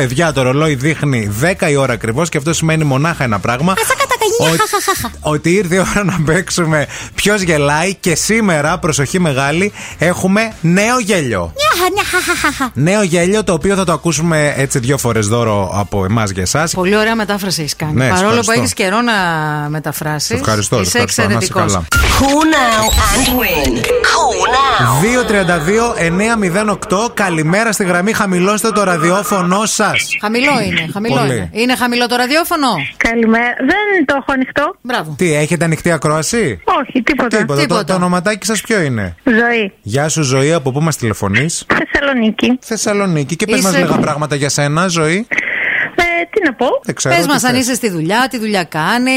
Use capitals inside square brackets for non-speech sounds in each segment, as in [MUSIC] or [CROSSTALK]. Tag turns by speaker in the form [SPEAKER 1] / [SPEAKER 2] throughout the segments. [SPEAKER 1] Παιδιά, το ρολόι δείχνει 10 η ώρα ακριβώς και αυτό σημαίνει μονάχα ένα πράγμα.
[SPEAKER 2] Χαχακατακαγινιά,
[SPEAKER 1] Ότι-
[SPEAKER 2] χαχαχαχα.
[SPEAKER 1] Ότι ήρθε η ώρα να παίξουμε ποιος γελάει και σήμερα, προσοχή μεγάλη, έχουμε νέο γέλιο.
[SPEAKER 2] Μια, μια, χαχαχαχα.
[SPEAKER 1] Νέο γέλιο το οποίο θα το ακούσουμε έτσι δύο φορές δώρο από εμάς για εσάς.
[SPEAKER 3] Πολύ ωραία μετάφραση έχεις κάνει.
[SPEAKER 1] Ναι, σε
[SPEAKER 3] Παρόλο που
[SPEAKER 1] ευχαριστώ.
[SPEAKER 3] έχεις καιρό να μεταφράσεις.
[SPEAKER 1] Σε ευχαριστώ, σε
[SPEAKER 3] Είσαι
[SPEAKER 1] ευχαριστώ. Να είσαι
[SPEAKER 3] εξαιρετικός.
[SPEAKER 1] καλά.
[SPEAKER 4] Call now and win. Call now.
[SPEAKER 1] 232-908. Καλημέρα στη γραμμή. Χαμηλώστε το ραδιόφωνο σας.
[SPEAKER 3] Χαμηλό είναι, χαμηλό
[SPEAKER 1] Πολύ.
[SPEAKER 3] είναι. Είναι χαμηλό το ραδιόφωνο.
[SPEAKER 5] Καλημέρα. Δεν το έχω ανοιχτό.
[SPEAKER 3] Μπράβο.
[SPEAKER 1] Τι, έχετε ανοιχτή ακρόαση.
[SPEAKER 5] Όχι, τίποτα.
[SPEAKER 1] Τίποτα. Το- Το,
[SPEAKER 3] Τίποτα.
[SPEAKER 1] ονοματάκι σας ποιο είναι.
[SPEAKER 5] Ζωή.
[SPEAKER 1] Γεια σου, Ζωή, από πού μας τηλεφωνείς.
[SPEAKER 5] Θεσσαλονίκη.
[SPEAKER 1] Θεσσαλονίκη. Και πες
[SPEAKER 3] Είσαι-
[SPEAKER 1] μα λίγα πράγματα για σένα, Ζωή.
[SPEAKER 5] Ε, τι να πω.
[SPEAKER 1] Δεν ξέρω.
[SPEAKER 3] Πες
[SPEAKER 1] τι
[SPEAKER 3] μας αν
[SPEAKER 1] θες.
[SPEAKER 3] είσαι στη δουλειά, τι δουλειά
[SPEAKER 1] Ε,
[SPEAKER 3] κάνει.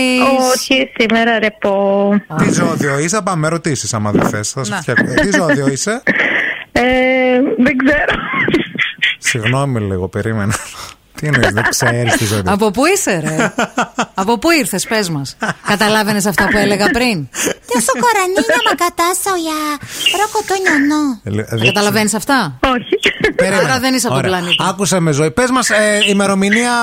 [SPEAKER 5] Όχι, σήμερα ρεπό.
[SPEAKER 1] Τι ζώδιο είσαι, πάμε με ρωτήσεις άμα δεν θες. Θα σε
[SPEAKER 3] Να.
[SPEAKER 1] φτιάξω. Τι ζώδιο είσαι.
[SPEAKER 5] [LAUGHS] Ε, δεν ξέρω. [LAUGHS]
[SPEAKER 1] Συγγνώμη λίγο, περίμενα. Τι εννοείς, δεν ξέρεις τι ζώδιο.
[SPEAKER 3] Από πού είσαι, ρε. από πού ήρθες, πες μας.
[SPEAKER 1] [LAUGHS]
[SPEAKER 3] Καταλάβαινες αυτά που έλεγα πριν.
[SPEAKER 2] Yo socoranina macatazo ya. Rocotoño no.
[SPEAKER 1] Ε, δεν
[SPEAKER 3] Καταλαβαίνεις αυτά.
[SPEAKER 5] Όχι.
[SPEAKER 1] Περίμενε.
[SPEAKER 3] Άρα δεν είσαι από τον
[SPEAKER 1] Ωραία.
[SPEAKER 3] πλανήτη.
[SPEAKER 1] Άκουσα με ζωή. Πες μας ε, ημερομηνία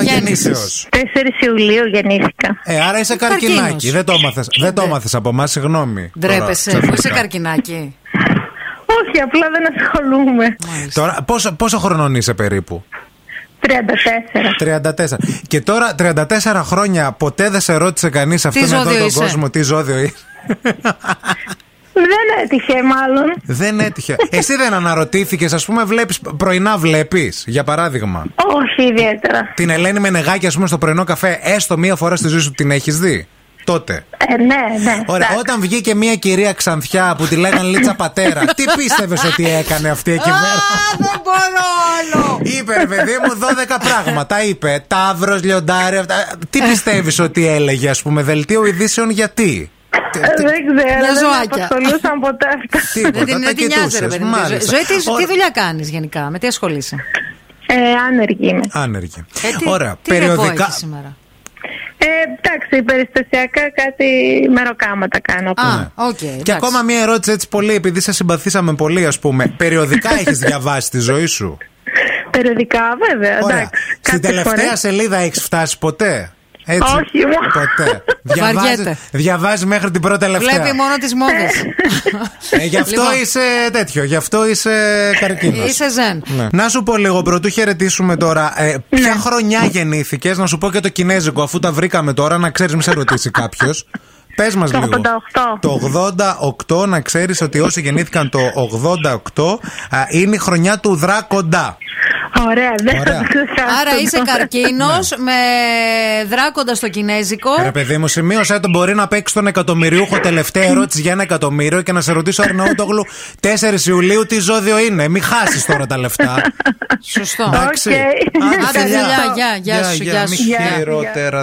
[SPEAKER 1] ε,
[SPEAKER 3] Γέννησης.
[SPEAKER 1] γεννήσεως.
[SPEAKER 5] 4 Ιουλίου γεννήθηκα.
[SPEAKER 1] Ε, άρα είσαι
[SPEAKER 3] Καρκίνος. Ναι.
[SPEAKER 1] καρκινάκι. Δεν το μάθε. Δεν το μάθες από εμάς, συγγνώμη.
[SPEAKER 3] Ντρέπεσαι
[SPEAKER 1] Τώρα,
[SPEAKER 3] που είσαι
[SPEAKER 1] ξαφνικά.
[SPEAKER 3] καρκινάκι.
[SPEAKER 5] Όχι, απλά δεν ασχολούμαι.
[SPEAKER 1] Τώρα, πόσο, πόσο χρονών είσαι περίπου,
[SPEAKER 5] 34.
[SPEAKER 1] 34. Και τώρα, 34 χρόνια, ποτέ δεν σε ρώτησε κανείς αυτόν εδώ
[SPEAKER 3] ζώδιο
[SPEAKER 1] τον
[SPEAKER 3] είσαι?
[SPEAKER 1] κόσμο τι ζώδιο είσαι.
[SPEAKER 5] Δεν έτυχε, μάλλον.
[SPEAKER 1] δεν έτυχε. Εσύ δεν αναρωτήθηκες, ας πούμε, βλέπεις, πρωινά βλέπεις, για παράδειγμα.
[SPEAKER 5] Όχι ιδιαίτερα.
[SPEAKER 1] Την Ελένη Μενεγάκη, ας πούμε, στο πρωινό καφέ, έστω μία φορά στη ζωή σου την έχεις δει. Τότε.
[SPEAKER 5] Ε, ναι, ναι.
[SPEAKER 1] Ωραία,
[SPEAKER 5] εντάξει.
[SPEAKER 1] όταν βγήκε μία κυρία Ξανθιά που τη λέγανε Λίτσα Πατέρα, τι πίστευες ότι έκανε αυτή εκεί πέρα.
[SPEAKER 3] δεν μπορώ άλλο.
[SPEAKER 1] Είπε, ρε παιδί μου, 12 πράγματα. Είπε, Ταύρος, Λιοντάρι, αυτά. Τι πιστεύεις ότι έλεγε, ας πούμε, δελτίο ειδήσεων γιατί. Τι-
[SPEAKER 5] Ε,
[SPEAKER 1] τι-
[SPEAKER 5] Δεν ξέρω.
[SPEAKER 3] Για
[SPEAKER 5] Δεν
[SPEAKER 3] ζωάκια.
[SPEAKER 5] απασχολούσαν ποτέ αυτά.
[SPEAKER 1] Τίποτα,
[SPEAKER 3] Δεν την,
[SPEAKER 1] τα
[SPEAKER 3] δεν την νοιάζει, ρε
[SPEAKER 1] κοιτούσες,
[SPEAKER 3] παιδί. μου. Ζωή,
[SPEAKER 1] μάλιστα.
[SPEAKER 3] τι, τι
[SPEAKER 1] Ωρα-
[SPEAKER 3] δουλειά κάνεις γενικά, με τι ασχολείσαι.
[SPEAKER 5] Ε, άνεργη είμαι.
[SPEAKER 1] Άνεργη.
[SPEAKER 3] Ε, τι,
[SPEAKER 1] Ωραία,
[SPEAKER 3] τι ρεπό
[SPEAKER 1] περιοδικά.
[SPEAKER 3] έχεις σήμερα.
[SPEAKER 5] Ε, εντάξει, περιστασιακά κάτι μεροκάματα κάνω.
[SPEAKER 3] Α, οκ.
[SPEAKER 1] Ναι. Και
[SPEAKER 3] εντάξει.
[SPEAKER 1] ακόμα μία ερώτηση έτσι πολύ, επειδή σε συμπαθήσαμε πολύ, ας πούμε.
[SPEAKER 3] [LAUGHS]
[SPEAKER 1] Περιοδικά έχεις διαβάσει τη ζωή σου.
[SPEAKER 5] Περιοδικά, βέβαια.
[SPEAKER 1] Ωραία.
[SPEAKER 5] Εντάξει,
[SPEAKER 1] Στην
[SPEAKER 5] κάποιες
[SPEAKER 1] τελευταία
[SPEAKER 5] φορές.
[SPEAKER 1] σελίδα έχεις φτάσει ποτέ. Έτσι.
[SPEAKER 5] Όχι, μου. [LAUGHS]
[SPEAKER 1] Ποτέ.
[SPEAKER 3] Βαριέται.
[SPEAKER 1] διαβάζεις, διαβάζει μέχρι την πρώτη τελευταία.
[SPEAKER 3] Βλέπει μόνο Λοιπόν, τις μόδες.
[SPEAKER 1] Ε, γι' αυτό είσαι τέτοιο, γι' αυτό είσαι καρκίνος.
[SPEAKER 3] Είσαι ζεν. Ναι.
[SPEAKER 1] Να σου πω λίγο, πρωτού χαιρετήσουμε τώρα. Ε, ποια χρονιά γεννήθηκες, να σου πω και το κινέζικο, αφού τα βρήκαμε τώρα, να ξέρεις, μην σε ρωτήσει κάποιος. Πες μας
[SPEAKER 5] Το
[SPEAKER 1] λίγο.
[SPEAKER 5] 88.
[SPEAKER 1] Το 88, να ξέρεις ότι όσοι γεννήθηκαν το 88 α, είναι η χρονιά του δράκοντα.
[SPEAKER 5] Ωραία, δεν
[SPEAKER 1] Ωραία.
[SPEAKER 5] θα το ξεχάσω.
[SPEAKER 3] Άρα είσαι καρκίνο με δράκοντα στο κινέζικο.
[SPEAKER 1] Ναι. Ρε παιδί μου, σημείωσα τον μπορεί να παίξει τον εκατομμυριούχο τελευταία ερώτηση για ένα εκατομμύριο και να σε ρωτήσω, Αρναούτογλου, 4 Ιουλίου τι ζώδιο είναι. Μην χάσεις τώρα τα λεφτά.
[SPEAKER 3] [LAUGHS] Σωστό.
[SPEAKER 1] Εντάξει.
[SPEAKER 5] Οκ.
[SPEAKER 1] Άντε,
[SPEAKER 3] Άντε,
[SPEAKER 1] φιλιά.
[SPEAKER 3] φιλιά. Γεια, γεια σου, γεια σου.
[SPEAKER 1] Μη
[SPEAKER 5] Γεια,
[SPEAKER 1] χειρότερα.